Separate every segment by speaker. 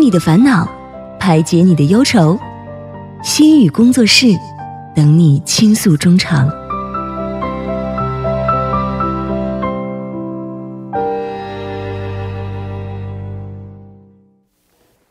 Speaker 1: 你的烦恼，排解你的忧愁。心语工作室，等你倾诉衷肠。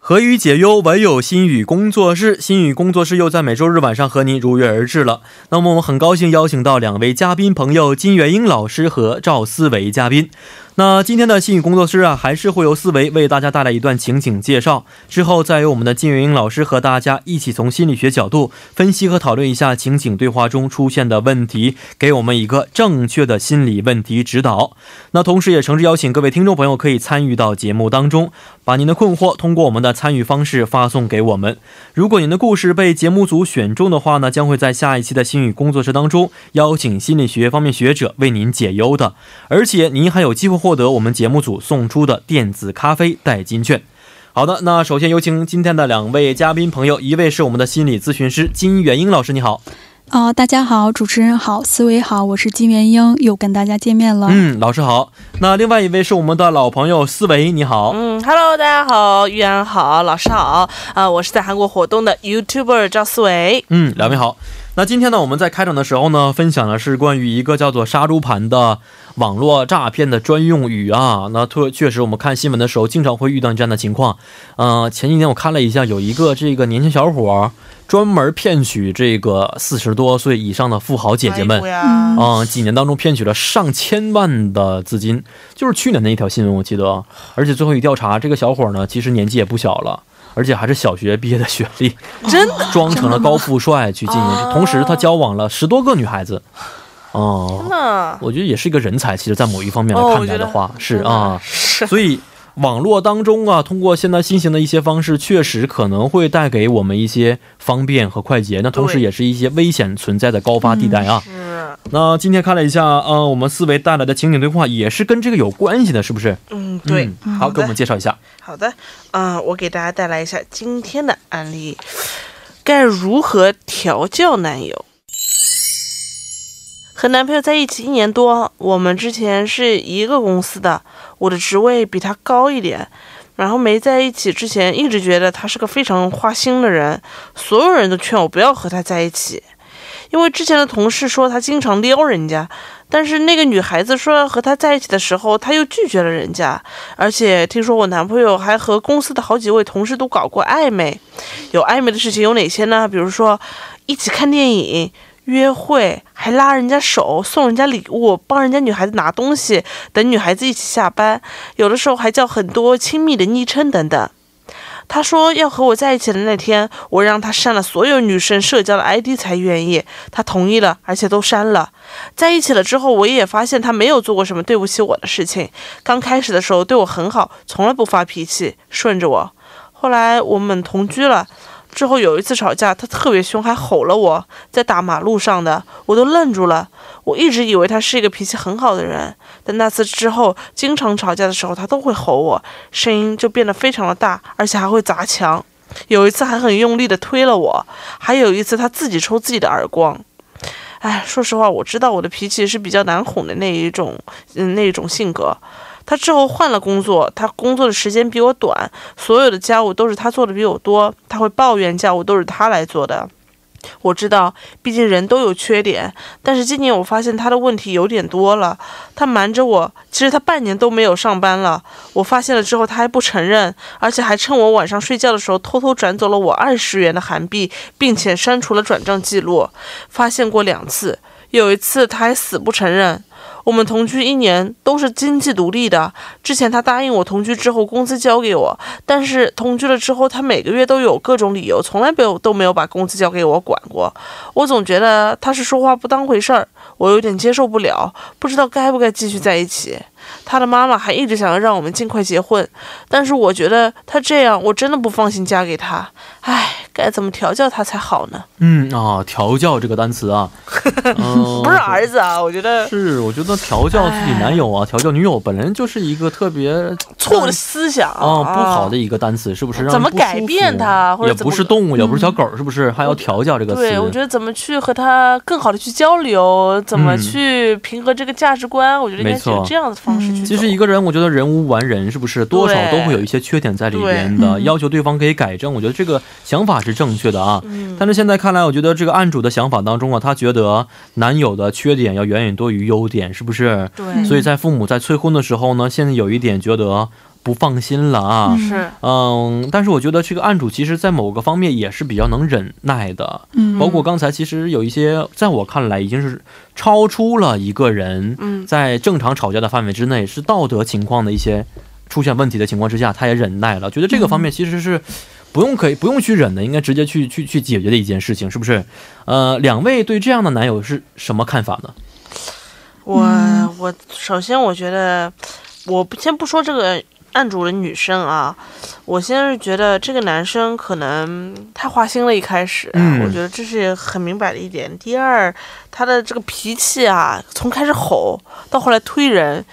Speaker 2: 何以解忧，唯有心语工作室。心语工作室又在每周日晚上和您如约而至了。那么我们很高兴邀请到两位嘉宾朋友金元英老师和赵思维嘉宾。那今天的心语工作室啊，还是会由思维为大家带来一段情景介绍，之后再由我们的金元英老师和大家一起从心理学角度分析和讨论一下情景对话中出现的问题，给我们一个正确的心理问题指导。那同时也诚挚邀请各位听众朋友可以参与到节目当中，把您的困惑通过我们的参与方式发送给我们。如果您的故事被节目组选中的话呢，将会在下一期的心语工作室当中邀请心理学方面学者为您解忧的，而且您还有机会获得我们节目组送出的电子咖啡代金券。好的，那首先有请今天的两位嘉宾朋友，一位是我们的心理咨询师金元英老师，你好。
Speaker 3: 啊、大家好，主持人好，思维好，我是金元英，又跟大家见面了。
Speaker 2: 嗯，老师好。那另外一位是我们的老朋友思维，你好。
Speaker 4: 嗯，Hello，大家好，玉安好，老师好，啊、我是在韩国活动的 YouTuber 赵思维。
Speaker 2: 嗯，两位好。那今天呢，我们在开场的时候呢，分享的是关于一个叫做“杀猪盘”的网络诈骗的专用语啊。那特确实，我们看新闻的时候，经常会遇到这样的情况。呃，前几天我看了一下，有一个这个年轻小伙儿专门骗取这个四十多岁以上的富豪姐姐们，
Speaker 4: 哎呀
Speaker 2: 啊、几年当中骗取了上千万的资金，就是去年的一条新闻，我记得啊。而且最后一调查，这个小伙呢，其实年纪也不小了，而且还是小学毕业的学历，
Speaker 3: 啊
Speaker 4: 真的
Speaker 2: 装成了高富帅去进行。
Speaker 4: 哦
Speaker 2: 同时，他交往了十多个女孩子，哦、
Speaker 4: 呢？
Speaker 2: 我觉得也是一个人才。其实，在某一方面
Speaker 4: 哦
Speaker 2: 来看
Speaker 4: 我觉
Speaker 2: 待的
Speaker 4: 得
Speaker 2: 话，是
Speaker 4: 真的
Speaker 2: 啊，
Speaker 4: 是
Speaker 2: 所以。网络当中啊，通过现在新型的一些方式，确实可能会带给我们一些方便和快捷，那同时
Speaker 4: 对
Speaker 2: 也是一些危险存在的高发地带啊。
Speaker 4: 嗯是，
Speaker 2: 那今天看了一下，呃，我们思维带来的情景对话也是跟这个有关系的，是不是？
Speaker 4: 嗯，对，
Speaker 2: 嗯、好，
Speaker 4: 的
Speaker 2: 给我们介绍一下。
Speaker 4: 好的，嗯、我给大家带来一下今天的案例，该如何调教男友？和男朋友在一起一年多，我们之前是一个公司的，我的职位比他高一点。然后没在一起之前，一直觉得他是个非常花心的人，所有人都劝我不要和他在一起，因为之前的同事说他经常撩人家，但是那个女孩子说要和他在一起的时候，他又拒绝了人家。而且听说我男朋友还和公司的好几位同事都搞过暧昧，有暧昧的事情有哪些呢？比如说一起看电影、约会，还拉人家手、送人家礼物、帮人家女孩子拿东西，等女孩子一起下班，有的时候还叫很多亲密的昵称等等。他说要和我在一起的那天，我让他删了所有女生社交的 ID 才愿意，他同意了，而且都删了。在一起了之后，我也发现他没有做过什么对不起我的事情，刚开始的时候对我很好，从来不发脾气，顺着我。后来我们同居了，之后有一次吵架，他特别凶，还吼了我，在大马路上的，我都愣住了。我一直以为他是一个脾气很好的人，但那次之后，经常吵架的时候，他都会吼我，声音就变得非常的大，而且还会砸墙。有一次还很用力的推了我，还有一次他自己抽自己的耳光。哎，说实话，我知道我的脾气是比较难哄的那一种，嗯，那一种性格。他之后换了工作，他工作的时间比我短，所有的家务都是他做的比我多，他会抱怨家务都是他来做的。我知道，毕竟人都有缺点，但是今年我发现他的问题有点多了。他瞒着我，其实他半年都没有上班了。我发现了之后，他还不承认，而且还趁我晚上睡觉的时候偷偷转走了我二十元的韩币，并且删除了转账记录。发现过两次，有一次他还死不承认。我们同居一年，都是经济独立的。之前他答应我同居之后工资交给我，但是同居了之后，他每个月都有各种理由，从来没有都没有把工资交给我管过。我总觉得他是说话不当回事儿，我有点接受不了，不知道该不该继续在一起。他的妈妈还一直想要让我们尽快结婚，但是我觉得他这样，我真的不放心嫁给他。唉，该怎么调教他才好呢？
Speaker 2: 嗯啊，调教这个单词 啊，嗯
Speaker 4: 不是儿子啊，我觉 得
Speaker 2: 是，我觉得调教自己男友啊，调教女友本来就是一个特别
Speaker 4: 哎错误的思想啊，
Speaker 2: 啊不好的一个单词，是不是？让人
Speaker 4: 怎么
Speaker 2: 不舒
Speaker 4: 改
Speaker 2: 服
Speaker 4: 变它或者
Speaker 2: 也
Speaker 4: 怎
Speaker 2: 不
Speaker 4: 么嗯
Speaker 2: 是动物，也不是小狗，是不是？还要调教这个词，
Speaker 4: 对，我觉得怎么去和他更好的去交流，怎么
Speaker 2: 嗯
Speaker 4: 去平衡这个价值观，我觉得应该
Speaker 2: 没
Speaker 4: 是
Speaker 2: 错
Speaker 4: 有这样的方式去走。
Speaker 3: 嗯
Speaker 2: 其实一个人，我觉得人无完人，是不是多少都会有一些缺点在里边的？
Speaker 3: 对嗯
Speaker 2: 要求对方可以改正，我觉得这个想法是正确的啊。
Speaker 4: 嗯
Speaker 2: 但是现在看来，我觉得这个案主的想法当中啊，他觉得男友的缺点要远远多于优点，是不是？
Speaker 4: 对，
Speaker 2: 所以在父母在催婚的时候呢，现在有一点觉得不放心了啊。
Speaker 3: 嗯
Speaker 4: 是
Speaker 2: 嗯，但是我觉得这个案主其实在某个方面也是比较能忍耐的，
Speaker 3: 嗯
Speaker 2: 包括刚才其实有一些，在我看来已经是超出了一个人
Speaker 4: 嗯
Speaker 2: 在正常吵架的范围之内，是道德情况的一些出现问题的情况之下，他也忍耐了。觉得这个方面其实是不用可以不用去忍的，应该直接去去去解决的一件事情，是不是？呃，两位对这样的男友是什么看法呢？
Speaker 4: 我
Speaker 3: 嗯
Speaker 4: 我首先我觉得，我不先不说这个案主的女生啊，我先是觉得这个男生可能太花心了，一开始、啊
Speaker 2: 嗯
Speaker 4: 我觉得这是很明摆的一点。第二，他的这个脾气啊，从开始吼到后来推人，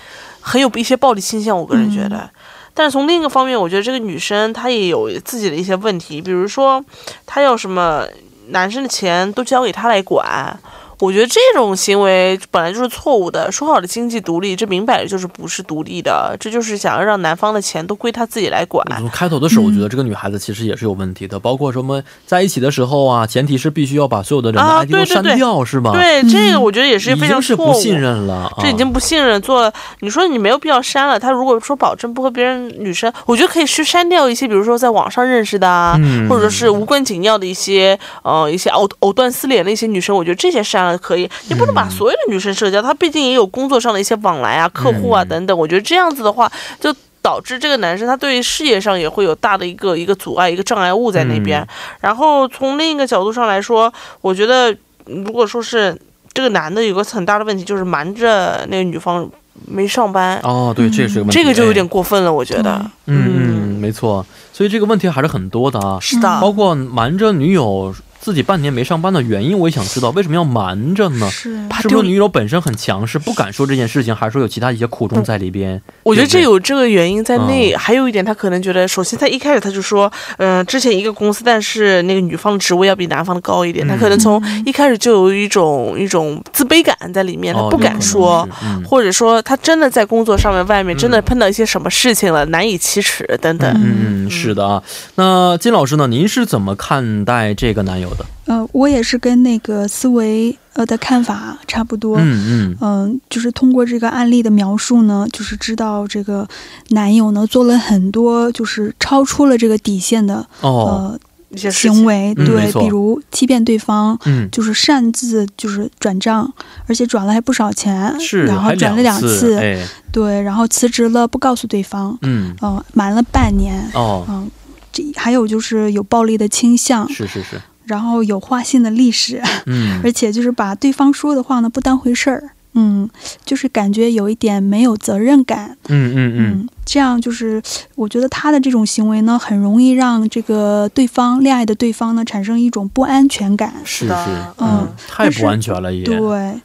Speaker 4: 很有一些暴力倾向，我个人觉
Speaker 2: 嗯
Speaker 4: 得。但是从另一个方面，我觉得这个女生她也有自己的一些问题，比如说她要什么男生的钱都交给她来管，我觉得这种行为本来就是错误的。说好的经济独立，这明摆着就是不是独立的，这就是想要让男方的钱都归他自己来管。
Speaker 2: 从开头的时候，
Speaker 3: 嗯
Speaker 2: 我觉得这个女孩子其实也是有问题的，包括什么在一起的时候啊，前提是必须要把所有的人的
Speaker 4: 啊
Speaker 2: ID 都
Speaker 4: 对对
Speaker 2: 删
Speaker 4: 对
Speaker 2: 掉，是吧？，
Speaker 4: 对，这个我觉得也是
Speaker 2: 嗯已
Speaker 4: 非常
Speaker 2: 经是
Speaker 4: 错
Speaker 2: 不
Speaker 4: 误。
Speaker 2: 信任了，啊
Speaker 4: 这已经不信任做了，你说你没有必要删了。他如果说保证不和别人女生，我觉得可以去删掉一些，比如说在网上认识的啊，
Speaker 2: 嗯
Speaker 4: 或者是无关紧要的一些呃一些藕藕断丝连的一些女生，我觉得这些删了可以。你不
Speaker 2: 嗯
Speaker 4: 能把所有的女生社交，她毕竟也有工作上的一些往来啊、客户啊
Speaker 2: 嗯
Speaker 4: 等等。我觉得这样子的话，就导致这个男生他对于事业上也会有大的一个一个阻碍、一个障碍物在那边。
Speaker 2: 嗯
Speaker 4: 然后从另一个角度上来说，我觉得如果说是这个男的有个很大的问题，就是瞒着那个女方没上班，
Speaker 2: 哦，对，这也是个问题，
Speaker 4: 嗯这个就有
Speaker 2: 哎
Speaker 4: 点过分了，我觉得。
Speaker 2: 嗯嗯，没错，所以这个问题还是很多的啊，
Speaker 4: 是的，
Speaker 2: 包括瞒着女友自己半年没上班的原因，我也想知道为什么要瞒着呢？
Speaker 3: 是
Speaker 4: 啊怕
Speaker 2: 是不
Speaker 4: 丢
Speaker 2: 是女友本身很强势，不敢说这件事情，还是说有其他一些苦
Speaker 4: 嗯
Speaker 2: 衷在里边？
Speaker 4: 我觉得
Speaker 2: 对不对
Speaker 4: 这有这个原因在
Speaker 2: 嗯
Speaker 4: 内，还有一点，他可能觉得，首先他一开始他就说，嗯、之前一个公司，但是那个女方的职位要比男方的高一点，
Speaker 2: 嗯
Speaker 4: 他可能从一开始就有一种一种自卑感在里面，他
Speaker 2: 哦
Speaker 4: 不敢说。，
Speaker 2: 有可能是
Speaker 4: 或者说他真的在工作上面，外面
Speaker 2: 嗯
Speaker 4: 真的碰到一些什么事情了，难以启齿等等。
Speaker 2: 嗯嗯嗯，是的啊。那金老师呢？您是怎么看待这个男友的？
Speaker 3: 呃，我也是跟那个思维呃的看法差不多。
Speaker 2: 嗯嗯
Speaker 3: 嗯，就是通过这个案例的描述呢，就是知道这个男友呢做了很多就是超出了这个底线的、
Speaker 2: 哦
Speaker 4: 一些
Speaker 3: 呃
Speaker 4: 事
Speaker 3: 行
Speaker 4: 情，
Speaker 3: 为，
Speaker 2: 嗯没
Speaker 3: 对，
Speaker 2: 错
Speaker 3: 比如欺骗对方，
Speaker 2: 嗯，
Speaker 3: 就是擅自就是转账，而且转了还不少钱，
Speaker 2: 是，
Speaker 3: 然后
Speaker 2: 还
Speaker 3: 转了
Speaker 2: 两
Speaker 3: 次，
Speaker 2: 哎，
Speaker 3: 对，然后辞职了不告诉对方，
Speaker 2: 嗯
Speaker 3: 嗯、瞒了半年，
Speaker 2: 哦，
Speaker 3: 嗯、这还有就是有暴力的倾向，
Speaker 2: 是是是，
Speaker 3: 然后有花心的历史，
Speaker 2: 嗯
Speaker 3: 而且就是把对方说的话呢不当回事儿，嗯，就是感觉有一点没有责任感，
Speaker 2: 嗯嗯嗯，
Speaker 3: 这样就是我觉得他的这种行为呢，很容易让这个对方恋爱的对方呢产生一种不安全感，
Speaker 2: 是是
Speaker 4: 的，
Speaker 2: 嗯
Speaker 3: 嗯，
Speaker 2: 太
Speaker 3: 但是
Speaker 2: 不安全了也，
Speaker 3: 对，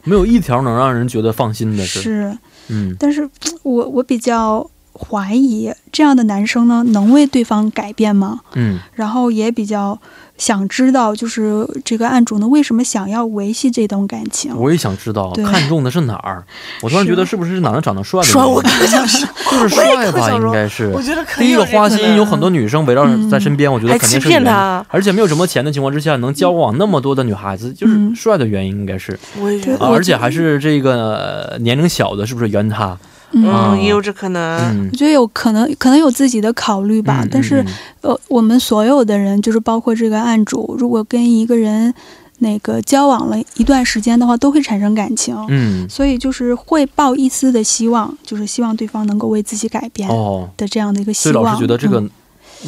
Speaker 2: 没有一条能让人觉得放心的是，
Speaker 3: 是，
Speaker 2: 嗯
Speaker 3: 但是我我比较怀疑这样的男生呢，能为对方改变吗？
Speaker 2: 嗯
Speaker 3: 然后也比较想知道，就是这个案主呢，为什么想要维系这段感情？
Speaker 2: 我也想知道
Speaker 3: 对
Speaker 2: 看中的是哪儿。我突然
Speaker 3: 是
Speaker 2: 觉得是不是哪能长得帅的？
Speaker 4: 帅我特想说，
Speaker 2: 就是
Speaker 4: 我也
Speaker 2: 帅
Speaker 4: 特
Speaker 2: 吧，
Speaker 4: 想
Speaker 2: 应
Speaker 4: 说
Speaker 2: 该是
Speaker 4: 我。觉得可以
Speaker 2: 第一个
Speaker 4: 这
Speaker 2: 花
Speaker 4: 可
Speaker 2: 心
Speaker 4: 能
Speaker 2: 有很多女生围绕在身边，我觉得
Speaker 4: 还
Speaker 2: 肯定
Speaker 4: 欺
Speaker 2: 是原啊
Speaker 4: 骗
Speaker 2: 因，
Speaker 4: 他，
Speaker 2: 而且没有什么钱的情况之下，能交往那么多的女孩子，就是
Speaker 3: 嗯
Speaker 2: 帅的原因应该是，
Speaker 4: 我也觉得
Speaker 3: 对
Speaker 2: 啊
Speaker 3: 我
Speaker 2: 而且
Speaker 3: 觉得
Speaker 2: 还是这个呃年龄小的，是不是圆他？啊
Speaker 4: 嗯，也有这可能。
Speaker 2: 嗯
Speaker 3: 我，觉得有可能，可能有自己的考虑吧。
Speaker 2: 嗯
Speaker 3: 但是
Speaker 2: 嗯，
Speaker 3: 呃，我们所有的人，就是包括这个案主，如果跟一个人那个交往了一段时间的话，都会产生感情。
Speaker 2: 嗯，
Speaker 3: 所以就是会抱一丝的希望，就是希望对方能够为自己改变
Speaker 2: 嗯哦，
Speaker 3: 的这样的一个希
Speaker 2: 所以
Speaker 3: 望。
Speaker 2: 老师觉得这
Speaker 3: 嗯
Speaker 2: 个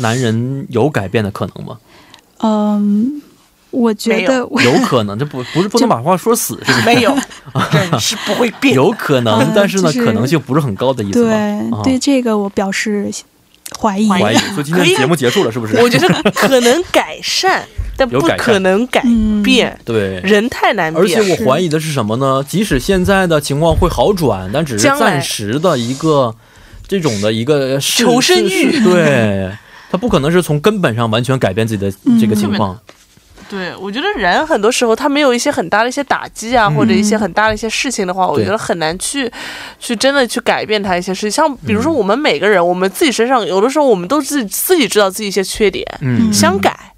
Speaker 2: 男人有改变的可能吗？
Speaker 3: 嗯，我觉
Speaker 4: 没
Speaker 3: 得我
Speaker 2: 有可能，这不不是不能把话说死， 是不是？
Speaker 4: 没 有，人是不会变的。
Speaker 2: 有可能
Speaker 3: 嗯，
Speaker 2: 但是呢，
Speaker 3: 就是
Speaker 2: 可能性不是很高的意思吧？
Speaker 3: 对、
Speaker 2: 啊
Speaker 3: 对这个我表示怀疑。
Speaker 2: 怀疑。所以今天节目结束了，是不是？
Speaker 4: 我觉得可能改 善，但
Speaker 2: 有
Speaker 4: 不
Speaker 2: 改善
Speaker 4: 可能改
Speaker 3: 嗯
Speaker 4: 变，
Speaker 2: 对。
Speaker 4: 人太难
Speaker 2: 而且
Speaker 4: 变。
Speaker 2: 我怀疑的是什么呢？即使现在的情况会好转，但只是
Speaker 4: 将来
Speaker 2: 暂时的一个这种的一个试
Speaker 4: 求生欲
Speaker 2: 试试对，他不可能是从根本上完全改变自己的这个情况。
Speaker 4: 对，我觉得人很多时候他没有一些很大的一些打击啊，或者一些很大的一些事情的话，我
Speaker 2: 对
Speaker 4: 觉得很难去去真的去改变他一些事情。像比如说
Speaker 2: 嗯
Speaker 4: 我们每个人，我们自己身上有的时候我们都自己自己知道自己一些缺点，
Speaker 2: 嗯，
Speaker 4: 想改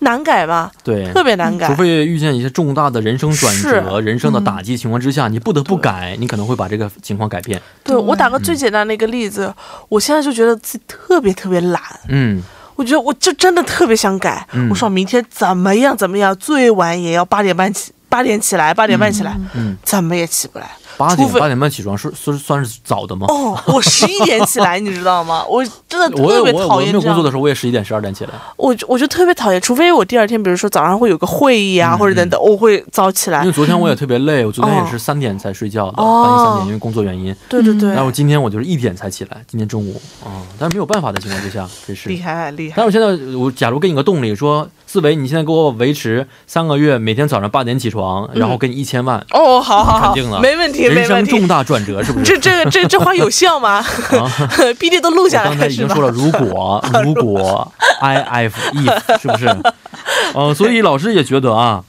Speaker 4: 难改吧，
Speaker 2: 对，
Speaker 4: 特别难改
Speaker 2: 除。非遇见一些重大的人生转折、
Speaker 4: 是
Speaker 2: 人生的打击情况之下，你不得不改，你可能会把这个情况改变。
Speaker 4: 对我打个
Speaker 2: 嗯
Speaker 4: 最简单的一个例子，我现在就觉得自己特别特别懒，
Speaker 2: 嗯，
Speaker 4: 我觉得我就真的特别想改，
Speaker 2: 嗯
Speaker 4: 我说明天怎么样怎么样，最晚也要八点半起，八点起来，八点半起来，
Speaker 2: 嗯
Speaker 4: 怎么也起不来。
Speaker 2: 八
Speaker 4: 除
Speaker 2: 点
Speaker 4: 非
Speaker 2: 八点半起床是算算是早的吗？
Speaker 4: 哦，我十一点 起来，你知道吗？我真的
Speaker 2: 我
Speaker 4: 特别
Speaker 2: 我
Speaker 4: 讨
Speaker 2: 我没
Speaker 4: 厌
Speaker 2: 有
Speaker 4: 这
Speaker 2: 工
Speaker 4: 样啊
Speaker 2: 作的。时候，我也十一点十二点起来。
Speaker 4: 我就我就特别讨厌，除非我第二天，比如说早上会有个会议啊，
Speaker 2: 嗯
Speaker 4: 或者等等，我会早起来
Speaker 2: 因为。昨天我也特别累，我昨天也是三点才睡觉的，半夜三
Speaker 4: 哦
Speaker 2: 点，因为工作原因。
Speaker 4: 对对对
Speaker 2: 但，是我今天我就是一点才起来，今天中午啊、但是没有办法的情况之下，这是
Speaker 4: 哦厉害厉害
Speaker 2: 但是我现在，我假如给你个动力，说思维，你现在给我维持三个月，每天早上八点起床，然后给你一千万，
Speaker 4: 哦，好好
Speaker 2: 肯
Speaker 4: 好
Speaker 2: 定了，
Speaker 4: 没问题
Speaker 2: 人
Speaker 4: 嗯没问
Speaker 2: 生重
Speaker 4: 题。
Speaker 2: 大转折，是不
Speaker 4: 这
Speaker 2: 是？
Speaker 4: 这这这话有效吗？
Speaker 2: 啊，
Speaker 4: 必定都录
Speaker 2: 我
Speaker 4: 下
Speaker 2: 刚才
Speaker 4: 来
Speaker 2: 已
Speaker 4: 是
Speaker 2: 经
Speaker 4: 吧
Speaker 2: 说？了，如果 如果 I F if 是不是？ 呃，所以老师也觉得啊，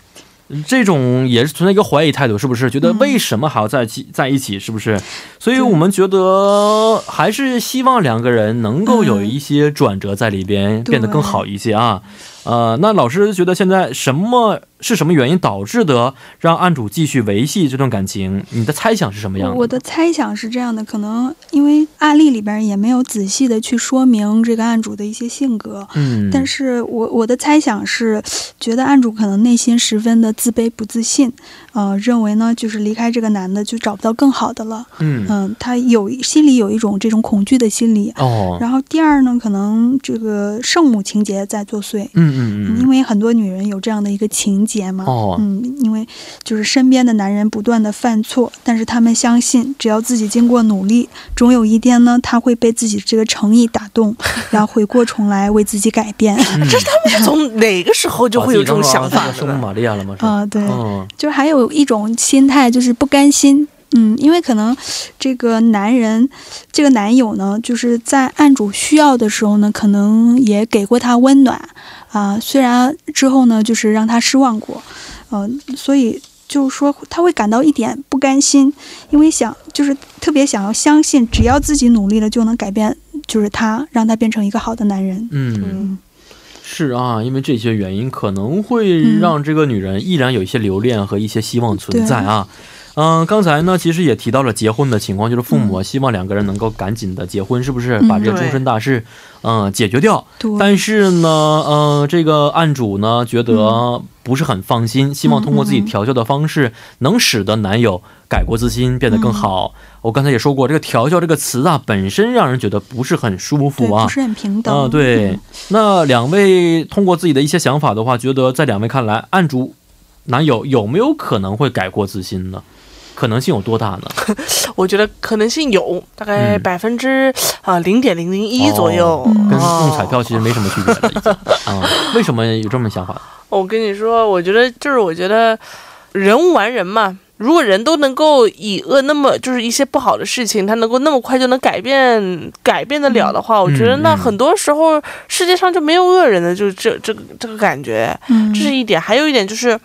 Speaker 2: 这种也是存在一个怀疑态度，是不是？觉得为什么还要在一起在一起，是不是？所以我们觉得还是希望两个人能够有一些转折在里边，变得更好一些啊。呃，那老师觉得现在什么是什么原因导致的让案主继续维系这段感情？你的猜想是什么样
Speaker 3: 我
Speaker 2: 的？
Speaker 3: 的猜想是这样的，可能因为案例里边也没有仔细的去说明这个案主的一些性格，
Speaker 2: 嗯，
Speaker 3: 但是我我的猜想是，觉得案主可能内心十分的自卑不自信，呃，认为呢就是离开这个男的就找不到更好的了，
Speaker 2: 嗯
Speaker 3: 嗯、他有心里有一种这种恐惧的心理。
Speaker 2: 哦，
Speaker 3: 然后第二呢，可能这个圣母情节在作祟，
Speaker 2: 嗯嗯嗯
Speaker 3: 因，为很多女人有这样的一个情节嘛，
Speaker 2: 哦
Speaker 3: 嗯，因为就是身边的男人不断的犯错，但是他们相信，只要自己经过努力，总有一天呢，他会被自己这个诚意打动，然后回过重来为自己改变。
Speaker 2: 嗯
Speaker 4: 这是他们是 从哪个时候就会有这种想法
Speaker 2: 把自己当成圣母
Speaker 4: 的？
Speaker 2: 玛利亚了吗？是
Speaker 3: 啊、对，
Speaker 2: 嗯
Speaker 3: 就是还有一种心态就是不甘心。嗯，因为可能这个男人，这个男友呢，就是在案主需要的时候呢，可能也给过他温暖啊、虽然之后呢，就是让他失望过，嗯、所以就是说他会感到一点不甘心，因为想就是特别想要相信，只要自己努力了就能改变，就是他让他变成一个好的男人。
Speaker 2: 嗯，
Speaker 4: 嗯，
Speaker 2: 是啊，因为这些原因可能会
Speaker 3: 嗯
Speaker 2: 让这个女人依然有一些留恋和一些希望存在啊。嗯，刚才呢，其实也提到了结婚的情况，就是父母希望两个人能够赶紧的结婚，是不是
Speaker 3: 嗯
Speaker 2: 把这个
Speaker 4: 对
Speaker 2: 终身大事，嗯，解决掉？
Speaker 3: 对，
Speaker 2: 但是呢，呃，这个案主呢觉
Speaker 3: 嗯
Speaker 2: 得不是很放心，希望通过自己调教的方式，能使得男友改过自新，变得更好。
Speaker 3: 嗯
Speaker 2: 我刚才也说过，这个“调教”这个词啊，本身让人觉得不是很舒
Speaker 3: 对
Speaker 2: 服啊
Speaker 3: 不。是嗯很平等。
Speaker 2: 啊、对，那两位通过自己的一些想法的话，觉得在两位看来，案主男友有没有可能会改过自新呢？可能性有多大呢？
Speaker 4: 我觉得可能性有大概
Speaker 2: 嗯
Speaker 4: 百分之啊零点零零一
Speaker 2: 哦
Speaker 4: 左右，
Speaker 3: 嗯
Speaker 2: 跟
Speaker 4: 哦
Speaker 2: 中彩票其实没什么区别了，已经啊、为什么有这么想法？
Speaker 4: 我跟你说，我觉得就是我觉得人无完人嘛。如果人都能够以恶，那么就是一些不好的事情，他能够那么快就能改变改变得了的话，我觉得
Speaker 2: 嗯
Speaker 4: 那
Speaker 2: 嗯
Speaker 4: 很多时候世界上就没有恶人的，就是这这个这个感觉，
Speaker 3: 嗯，
Speaker 4: 这是一点。还有一点就是，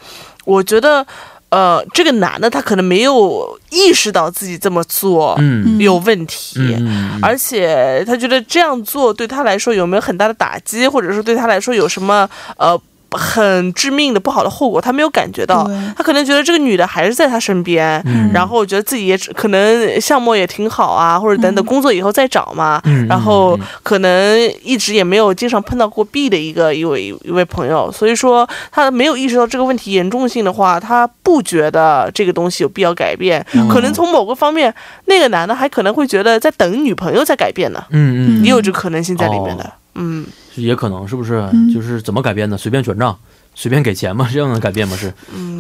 Speaker 4: 我觉得，呃，这个男的他可能没有意识到自己这么做
Speaker 2: 嗯，
Speaker 4: 有问题，
Speaker 2: 嗯嗯嗯
Speaker 4: 而且他觉得这样做对他来说有没有很大的打击，或者说对他来说有什么呃很致命的不好的后果，他没有感觉到。
Speaker 3: 对
Speaker 4: 他可能觉得这个女的还是在他身边，
Speaker 2: 嗯
Speaker 4: 然后我觉得自己也只可能项目也挺好啊，或者等等
Speaker 3: 嗯
Speaker 4: 工作以后再找嘛。
Speaker 2: 嗯
Speaker 4: 然后可能一直也没有经常碰到过 B 的一个一位一位朋友，所以说他没有意识到这个问题严重性的话，他不觉得这个东西有必要改变。
Speaker 2: 嗯
Speaker 4: 可能从某个方面，那个男的还可能会觉得在等女朋友在改变呢，
Speaker 2: 嗯嗯哦
Speaker 4: 也有这个可能性在里面的。嗯，
Speaker 2: 也可能是不是？
Speaker 3: 嗯
Speaker 2: 就是怎么改变呢？随便转账， 随便给钱吗？这样的改变吗？是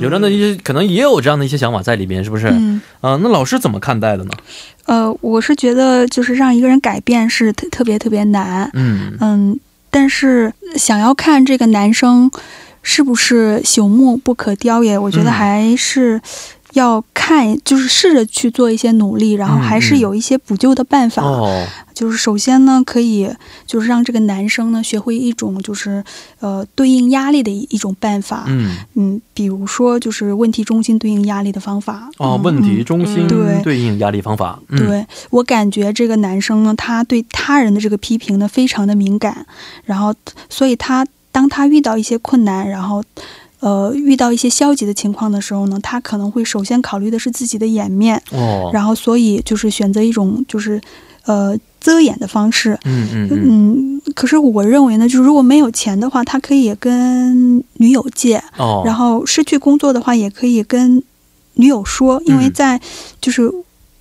Speaker 2: 有这样的一些，可能也有这样的一些想法在里边，是不是？啊、
Speaker 3: 嗯，
Speaker 2: 那老师怎么看待的呢？
Speaker 3: 呃，我是觉得就是让一个人改变是特特别特别难，
Speaker 2: 嗯
Speaker 3: 嗯，但是想要看这个男生是不是朽木不可雕也，我觉得
Speaker 2: 嗯
Speaker 3: 还是要看，就是试着去做一些努力，然后
Speaker 2: 嗯
Speaker 3: 还是
Speaker 2: 嗯
Speaker 3: 有一些补救的办法。
Speaker 2: 哦，
Speaker 3: 就是首先呢，可以就是让这个男生呢学会一种就是呃对应压力的一一种办法，
Speaker 2: 嗯
Speaker 3: 嗯，比如说就是问题中心对应压力的方法。
Speaker 2: 哦
Speaker 3: 嗯，
Speaker 2: 问题
Speaker 3: 嗯
Speaker 2: 中心
Speaker 4: 嗯
Speaker 3: 对
Speaker 2: 对应压力方法，嗯、，
Speaker 3: 对我感觉这个男生呢，他对他人的这个批评呢非常的敏感，然后所以他当他遇到一些困难，然后呃遇到一些消极的情况的时候呢，他可能会首先考虑的是自己的颜面，
Speaker 2: 哦，
Speaker 3: 然后所以就是选择一种就是呃遮掩的方式。
Speaker 2: 嗯嗯嗯，
Speaker 3: 嗯，可是我认为呢，就是如果没有钱的话，他可以跟女友借，
Speaker 2: 哦，
Speaker 3: 然后失去工作的话，也可以跟女友说，因为
Speaker 2: 嗯
Speaker 3: 在就是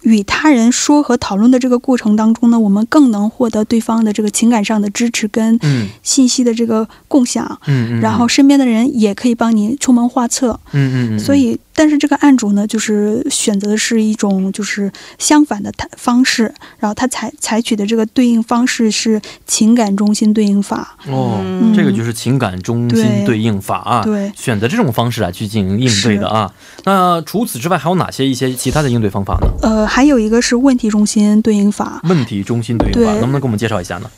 Speaker 3: 与他人说和讨论的这个过程当中呢，我们更能获得对方的这个情感上的支持跟
Speaker 2: 嗯
Speaker 3: 信息的这个共享，
Speaker 2: 嗯嗯，
Speaker 3: 然后身边的人也可以帮你出谋划策。
Speaker 2: 嗯嗯嗯，
Speaker 3: 所以，但是这个案主呢，就是选择的是一种就是相反的他方式，然后他采采取的这个对应方式是情感中心对应法。
Speaker 2: 哦、
Speaker 4: 嗯
Speaker 2: 这个就是情感中心
Speaker 3: 对
Speaker 2: 对应法啊。
Speaker 3: 对，
Speaker 2: 选择这种方式来去进行应对的啊。那除此之外，还有哪些一些其他的应对方法呢？
Speaker 3: 呃，还有一个是问题中心对应法，
Speaker 2: 问题中心对应法，
Speaker 3: 对
Speaker 2: 能不能给我们介绍一下呢？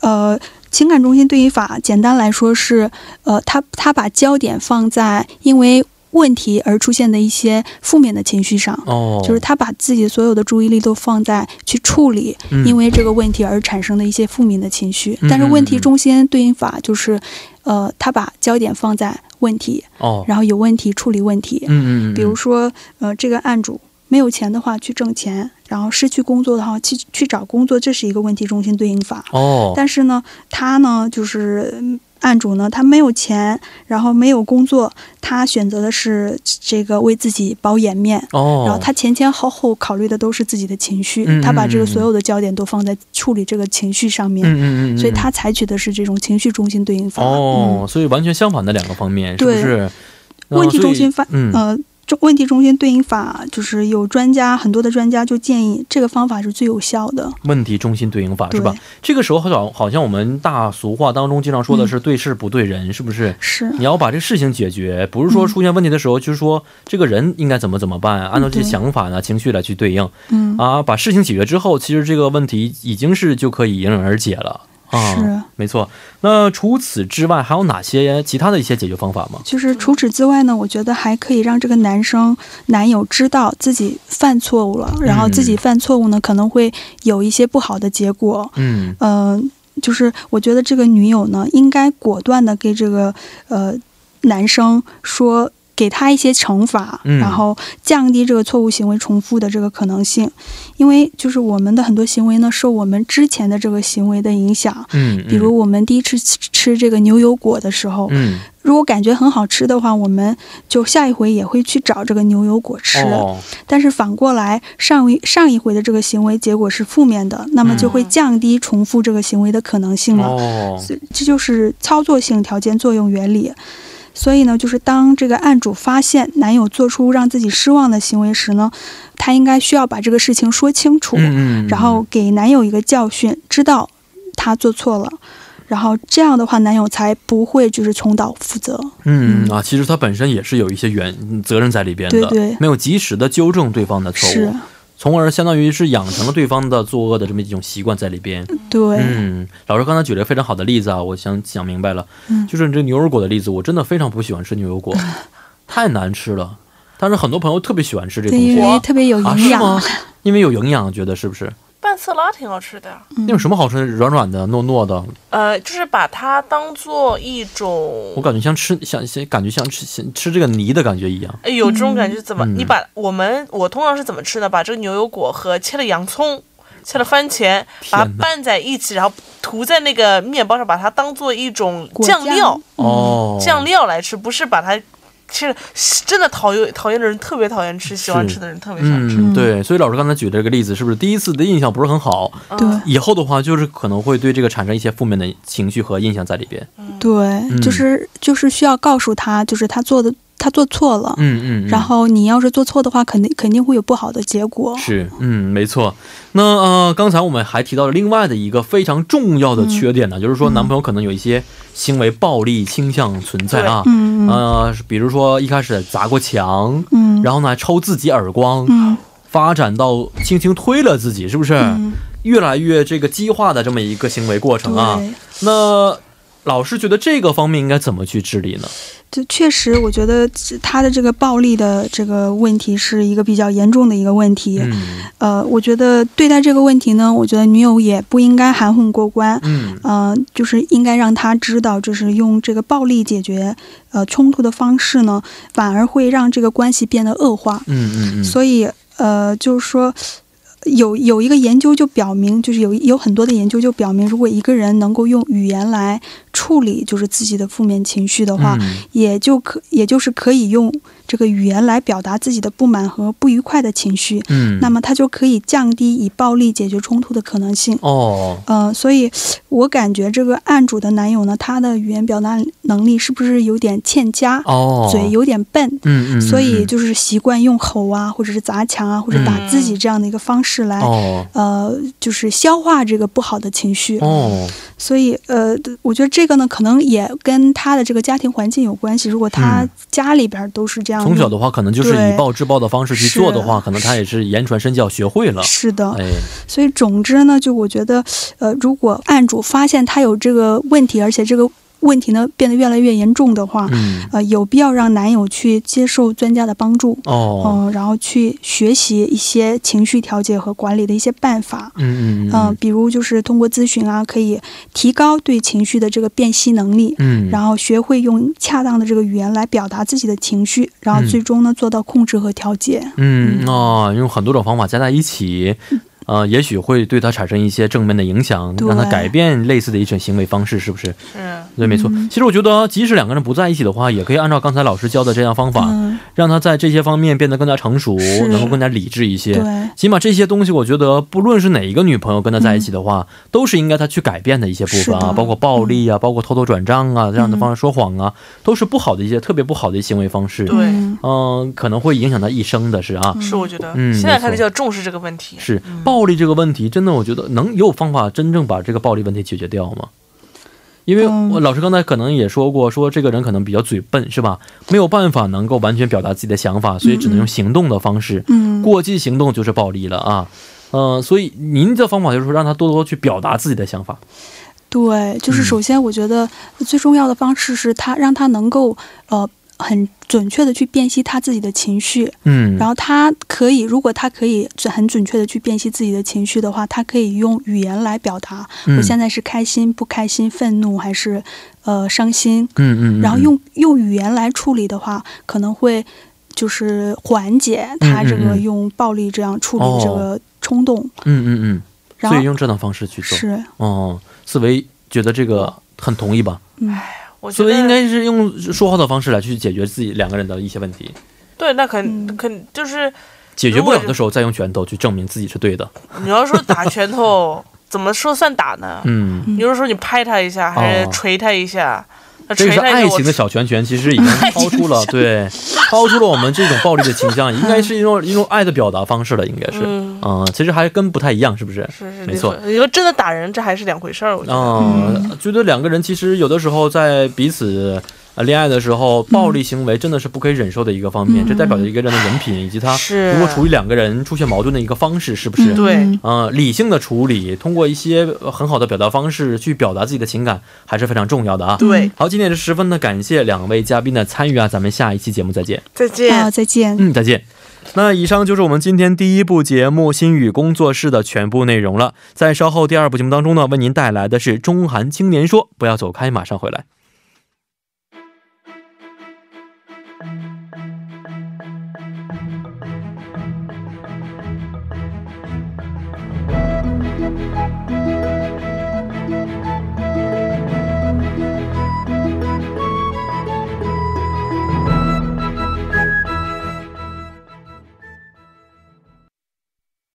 Speaker 3: 呃，情感中心对应法，简单来说是，呃，他他把焦点放在因为问题而出现的一些负面的情绪上，
Speaker 2: 哦，
Speaker 3: 就是他把自己所有的注意力都放在去处理
Speaker 2: 嗯
Speaker 3: 因为这个问题而产生的一些负面的情绪。
Speaker 2: 嗯
Speaker 3: 但是问题中心对应法就是，呃，他把焦点放在问题，
Speaker 2: 哦，
Speaker 3: 然后有问题处理问题。
Speaker 2: 嗯嗯嗯，
Speaker 3: 比如说，呃，这个案主没有钱的话去挣钱，然后失去工作的话去去找工作，这是一个问题中心对应法。
Speaker 2: 哦，
Speaker 3: 但是呢，他呢就是嗯案主呢，他没有钱，然后没有工作，他选择的是这个为自己保颜面。
Speaker 2: 哦，
Speaker 3: 然后他前前后后考虑的都是自己的情绪，
Speaker 2: 嗯
Speaker 3: 他把
Speaker 2: 嗯
Speaker 3: 这个
Speaker 2: 嗯
Speaker 3: 所有的焦点都放在处理这个情绪上面，
Speaker 2: 嗯嗯嗯嗯，
Speaker 3: 所以他采取的是这种情绪中心对应法。
Speaker 2: 哦、所以完全相反的两个方面，是不
Speaker 3: 对
Speaker 2: 是？
Speaker 3: 问
Speaker 2: 然
Speaker 3: 题
Speaker 2: 后所以
Speaker 3: 中心发
Speaker 2: 嗯
Speaker 3: 嗯，呃，中问题中心对应法就是有专家很多的专家就建议这个方法是最有效的。
Speaker 2: 问题中心对应法
Speaker 3: 对
Speaker 2: 是吧？这个时候好像好像我们大俗话当中经常说
Speaker 3: 嗯
Speaker 2: 的是对事不对人，是不是？
Speaker 3: 是
Speaker 2: 你要把这事情解决，不是说
Speaker 3: 嗯
Speaker 2: 出现问题的时候，就是说这个人应该怎么怎么办，按照这些
Speaker 3: 嗯对
Speaker 2: 想法呢、情绪来去对应
Speaker 3: 嗯，
Speaker 2: 啊。把事情解决之后，其实这个问题已经是就可以迎刃而解了啊。
Speaker 3: 是，
Speaker 2: 没错。那除此之外，还有哪些其他的一些解决方法吗？
Speaker 3: 就是除此之外呢，我觉得还可以让这个男生男友知道自己犯错误了，然后
Speaker 2: 嗯
Speaker 3: 自己犯错误呢可能会有一些不好的结果。
Speaker 2: 嗯
Speaker 3: 嗯、就是我觉得这个女友呢应该果断的给这个呃男生说。给他一些惩罚，
Speaker 2: 嗯
Speaker 3: 然后降低这个错误行为重复的这个可能性，因为就是我们的很多行为呢，受我们之前的这个行为的影响，
Speaker 2: 嗯，
Speaker 3: 比如我们第一次吃吃这个牛油果的时候，
Speaker 2: 嗯
Speaker 3: 如果感觉很好吃的话，我们就下一回也会去找这个牛油果吃。
Speaker 2: 哦
Speaker 3: 但是反过来，上一上一回的这个行为结果是负面的，那么就会降低重复这个行为的可能性了。
Speaker 2: 嗯哦
Speaker 3: 所以这就是操作性条件作用原理。所以呢，就是当这个案主发现男友做出让自己失望的行为时呢，他应该需要把这个事情说清楚。
Speaker 2: 嗯嗯，
Speaker 3: 然后给男友一个教训，知道他做错了，然后这样的话，男友才不会就是重蹈覆辙。
Speaker 2: 嗯
Speaker 3: 嗯
Speaker 2: 啊，其实他本身也是有一些原责任在里边的，
Speaker 3: 对对
Speaker 2: 没有及时的纠正对方的错
Speaker 3: 是
Speaker 2: 误，，从而相当于是养成了对方的作恶的这么一种习惯在里边。
Speaker 3: 对，
Speaker 2: 嗯，老师刚才举了个非常好的例子啊，我想想明白了，
Speaker 3: 嗯
Speaker 2: 就是你这牛油果的例子，我真的非常不喜欢吃牛油果，太难吃了。但是很多朋友特别喜欢吃这
Speaker 3: 对，
Speaker 2: 东
Speaker 3: 因
Speaker 2: 西
Speaker 4: 我
Speaker 3: 为特别有
Speaker 2: 啊，
Speaker 3: 营
Speaker 2: 是
Speaker 3: 养。
Speaker 2: 吗？因为有营养，觉得是不是？
Speaker 4: 拌嗯色拉挺好吃的，
Speaker 3: 嗯
Speaker 2: 那有什么好吃？软软的、糯糯的，
Speaker 4: 呃，就是把它当做一种
Speaker 2: 我感觉像吃像像感觉像吃像吃这个泥的感觉一样。
Speaker 4: 哎，有这种感觉怎么？
Speaker 2: 嗯
Speaker 4: 你把我们我通常是怎么吃呢？把这个牛油果和切了洋葱、切了番茄，把它
Speaker 2: 哪
Speaker 4: 拌在一起，然后涂在那个面包上，把它当做一种
Speaker 3: 果
Speaker 4: 酱料
Speaker 3: 酱嗯
Speaker 2: 哦，
Speaker 4: 酱料来吃，不是把它其实真的讨厌讨厌的人特别讨厌吃，喜欢吃的人特别喜欢吃。
Speaker 2: 嗯，对，所以老师刚才举这个例子，是不是第一次的印象不是很好？
Speaker 4: 嗯
Speaker 3: 对
Speaker 2: 以后的话，就是可能会对这个产生一些负面的情绪和印象在里边。
Speaker 3: 对，
Speaker 2: 嗯
Speaker 3: 就是就是需要告诉他，就是他做的他做错了，
Speaker 2: 嗯嗯，嗯
Speaker 3: 然后你要是做错的话，肯定肯定会有不好的结果。
Speaker 2: 是，嗯，没错。那呃，刚才我们还提到了另外的一个非常重要的缺点呢，
Speaker 3: 嗯
Speaker 2: 就是说男朋友可能有一些行为暴力倾向存在啊。
Speaker 3: 嗯嗯
Speaker 2: 呃，比如说一开始砸过墙，
Speaker 3: 嗯，
Speaker 2: 然后呢抽自己耳光，
Speaker 3: 嗯
Speaker 2: 发展到轻轻推了自己，是不是？
Speaker 3: 嗯，
Speaker 2: 越来越这个激化的这么一个行为过程啊。
Speaker 3: 对，
Speaker 2: 那老师觉得这个方面应该怎么去治理呢？
Speaker 3: 就确实，我觉得他的这个暴力的这个问题是一个比较严重的一个问题。
Speaker 2: 嗯
Speaker 3: 呃，我觉得对待这个问题呢，我觉得女友也不应该含混过关。
Speaker 2: 嗯
Speaker 3: 呃，就是应该让他知道，就是用这个暴力解决呃冲突的方式呢，反而会让这个关系变得恶化。
Speaker 2: 嗯嗯嗯，
Speaker 3: 所以呃，就是说。有有一个研究就表明，就是有有很多的研究就表明，如果一个人能够用语言来处理就是自己的负面情绪的话，
Speaker 2: 嗯
Speaker 3: 也就可也就是可以用这个语言来表达自己的不满和不愉快的情绪，
Speaker 2: 嗯，
Speaker 3: 那么他就可以降低以暴力解决冲突的可能性。
Speaker 2: 哦，
Speaker 3: 呃，所以我感觉这个案主的男友呢，他的语言表达能力是不是有点欠佳，
Speaker 2: 哦，
Speaker 3: 嘴有点笨，
Speaker 2: 嗯，嗯嗯，
Speaker 3: 所以
Speaker 2: 嗯
Speaker 3: 就是习惯用吼啊，或者是砸墙啊，或者打自己这样的一个方式来，
Speaker 2: 哦
Speaker 3: 呃，就是消化这个不好的情绪。
Speaker 2: 哦，
Speaker 3: 所以，呃，我觉得这个呢，可能也跟他的这个家庭环境有关系。如果他
Speaker 2: 嗯
Speaker 3: 家里边都是这样的，
Speaker 2: 从小的话，可能就是
Speaker 3: 对
Speaker 2: 以暴制暴的方式去做的话，
Speaker 3: 是啊
Speaker 2: 可能他也是言传身教学会了。
Speaker 3: 是啊的，
Speaker 2: 哎，
Speaker 3: 所以总之呢，就我觉得，呃，如果案主发现他有这个问题，而且这个问题呢变得越来越严重的话，
Speaker 2: 嗯，
Speaker 3: 呃，有必要让男友去接受专家的帮助，
Speaker 2: 哦，
Speaker 3: 嗯、然后去学习一些情绪调节和管理的一些办法。
Speaker 2: 嗯嗯
Speaker 3: 嗯、比如就是通过咨询啊，可以提高对情绪的这个辨析能力，
Speaker 2: 嗯，
Speaker 3: 然
Speaker 2: 后
Speaker 3: 后学会用恰当的这个语言来表达自己的情绪，然后
Speaker 2: 嗯
Speaker 3: 最终呢做到控制和调节。
Speaker 2: 嗯哦，用很多种方法加在一起。
Speaker 3: 嗯
Speaker 2: 呃，也许会对他产生一些正面的影响，
Speaker 3: 对
Speaker 2: 让他改变类似的一种行为方式，是不是？
Speaker 4: 嗯
Speaker 2: 对，没错。其实我觉得，即使两个人不在一起的话，也可以按照刚才老师教的这样方法，
Speaker 3: 嗯，
Speaker 2: 让他在这些方面变得更加成熟，
Speaker 3: 是
Speaker 2: 能够更加理智一些。
Speaker 3: 对。
Speaker 2: 起码这些东西，我觉得不论是哪一个女朋友跟他在一起的话，都是应该他去改变的一些部分
Speaker 3: 嗯是
Speaker 2: 啊，
Speaker 3: 的嗯
Speaker 2: 包括暴力啊，包括偷偷转账啊，这样的方式说谎啊，都是不好的一些特别不好的一些行为方式。
Speaker 4: 对
Speaker 3: 嗯
Speaker 2: 嗯、可能会影响他一生的是啊。
Speaker 4: 是我觉得、
Speaker 2: 嗯
Speaker 4: 现
Speaker 2: 没
Speaker 4: 在
Speaker 2: 错
Speaker 4: 开始就要重视这个问题。
Speaker 2: 是
Speaker 3: 嗯
Speaker 2: 暴力这个问题，真的我觉得能有方法真正把这个暴力问题解决掉吗？因为
Speaker 3: 嗯
Speaker 2: 我老师刚才可能也说过，说这个人可能比较嘴笨，是吧？没有办法能够完全表达自己的想法，所以只能用行动的方式。
Speaker 3: 嗯，
Speaker 2: 过激行动就是暴力了啊。呃，所以您的方法就是说让他多多去表达自己的想法。
Speaker 3: 对，就是
Speaker 2: 嗯
Speaker 3: 首先我觉得最重要的方式是他让他能够呃很准确的去辨析他自己的情绪，
Speaker 2: 嗯，
Speaker 3: 然后他可以，如果他可以准很准确的去辨析自己的情绪的话，他可以用语言来表达，我现
Speaker 2: 在
Speaker 3: 在是开心、不开心、愤怒还是呃伤心，
Speaker 2: 嗯嗯，嗯
Speaker 3: 然后用用语言来处理的话，可能会就是缓解他这
Speaker 2: 嗯嗯
Speaker 3: 个
Speaker 2: 嗯
Speaker 3: 用暴力这样处理这
Speaker 2: 哦
Speaker 3: 个冲动，
Speaker 2: 嗯嗯嗯，
Speaker 3: 然
Speaker 2: 所以
Speaker 3: 后
Speaker 2: 用这种方式去做。
Speaker 3: 是
Speaker 2: 哦，思维觉得这个很同意吧？
Speaker 3: 嗯。
Speaker 4: 我觉
Speaker 2: 思
Speaker 4: 得
Speaker 2: 维应该是用说话的方式来去解决自己两个人的一些问题，
Speaker 4: 对，那肯、
Speaker 3: 嗯
Speaker 4: 肯就是
Speaker 2: 解决不了的时候再用拳头去证明自己是对的。
Speaker 4: 你要说打拳头， 怎么说算打呢？
Speaker 2: 嗯，
Speaker 4: 你就是说你拍他一下，还
Speaker 2: 哦
Speaker 4: 是捶他一下？那
Speaker 2: 这
Speaker 4: 捶
Speaker 2: 个是
Speaker 4: 他一
Speaker 2: 爱
Speaker 4: 下，
Speaker 2: 情的
Speaker 4: 我
Speaker 2: 小拳拳，其实已经超出了对，超出了我们这种暴力的倾向，应该是一种一种爱的表达方式了，应该是。
Speaker 4: 嗯，
Speaker 2: 嗯，其实还跟不太一样，是不是？
Speaker 4: 是是
Speaker 2: 没错。
Speaker 4: 你说真的打人，这还是两回事儿，我觉得。
Speaker 2: 嗯，觉得两个人其实有的时候在彼此呃恋爱的时候，暴力行为真的是不可以忍受的一个方面，
Speaker 3: 嗯
Speaker 2: 这代表着一个人的人品以及他
Speaker 4: 是
Speaker 2: 如果处于两个人出现矛盾的一个方式，是不是？
Speaker 3: 嗯
Speaker 2: 嗯
Speaker 4: 对
Speaker 3: 嗯
Speaker 2: 理性的处理，通过一些呃很好的表达方式去表达自己的情感，还是非常重要的啊。
Speaker 4: 对，
Speaker 2: 好，今天也是十分的感谢两位嘉宾的参与啊，咱们下一期节目再见。
Speaker 4: 再见。
Speaker 3: 好，再见。
Speaker 2: 嗯，再见。那以上就是我们今天第一部节目《心语工作室》的全部内容了。在稍后第二部节目当中呢，为您带来的是《中韩青年说》，不要走开，马上回来。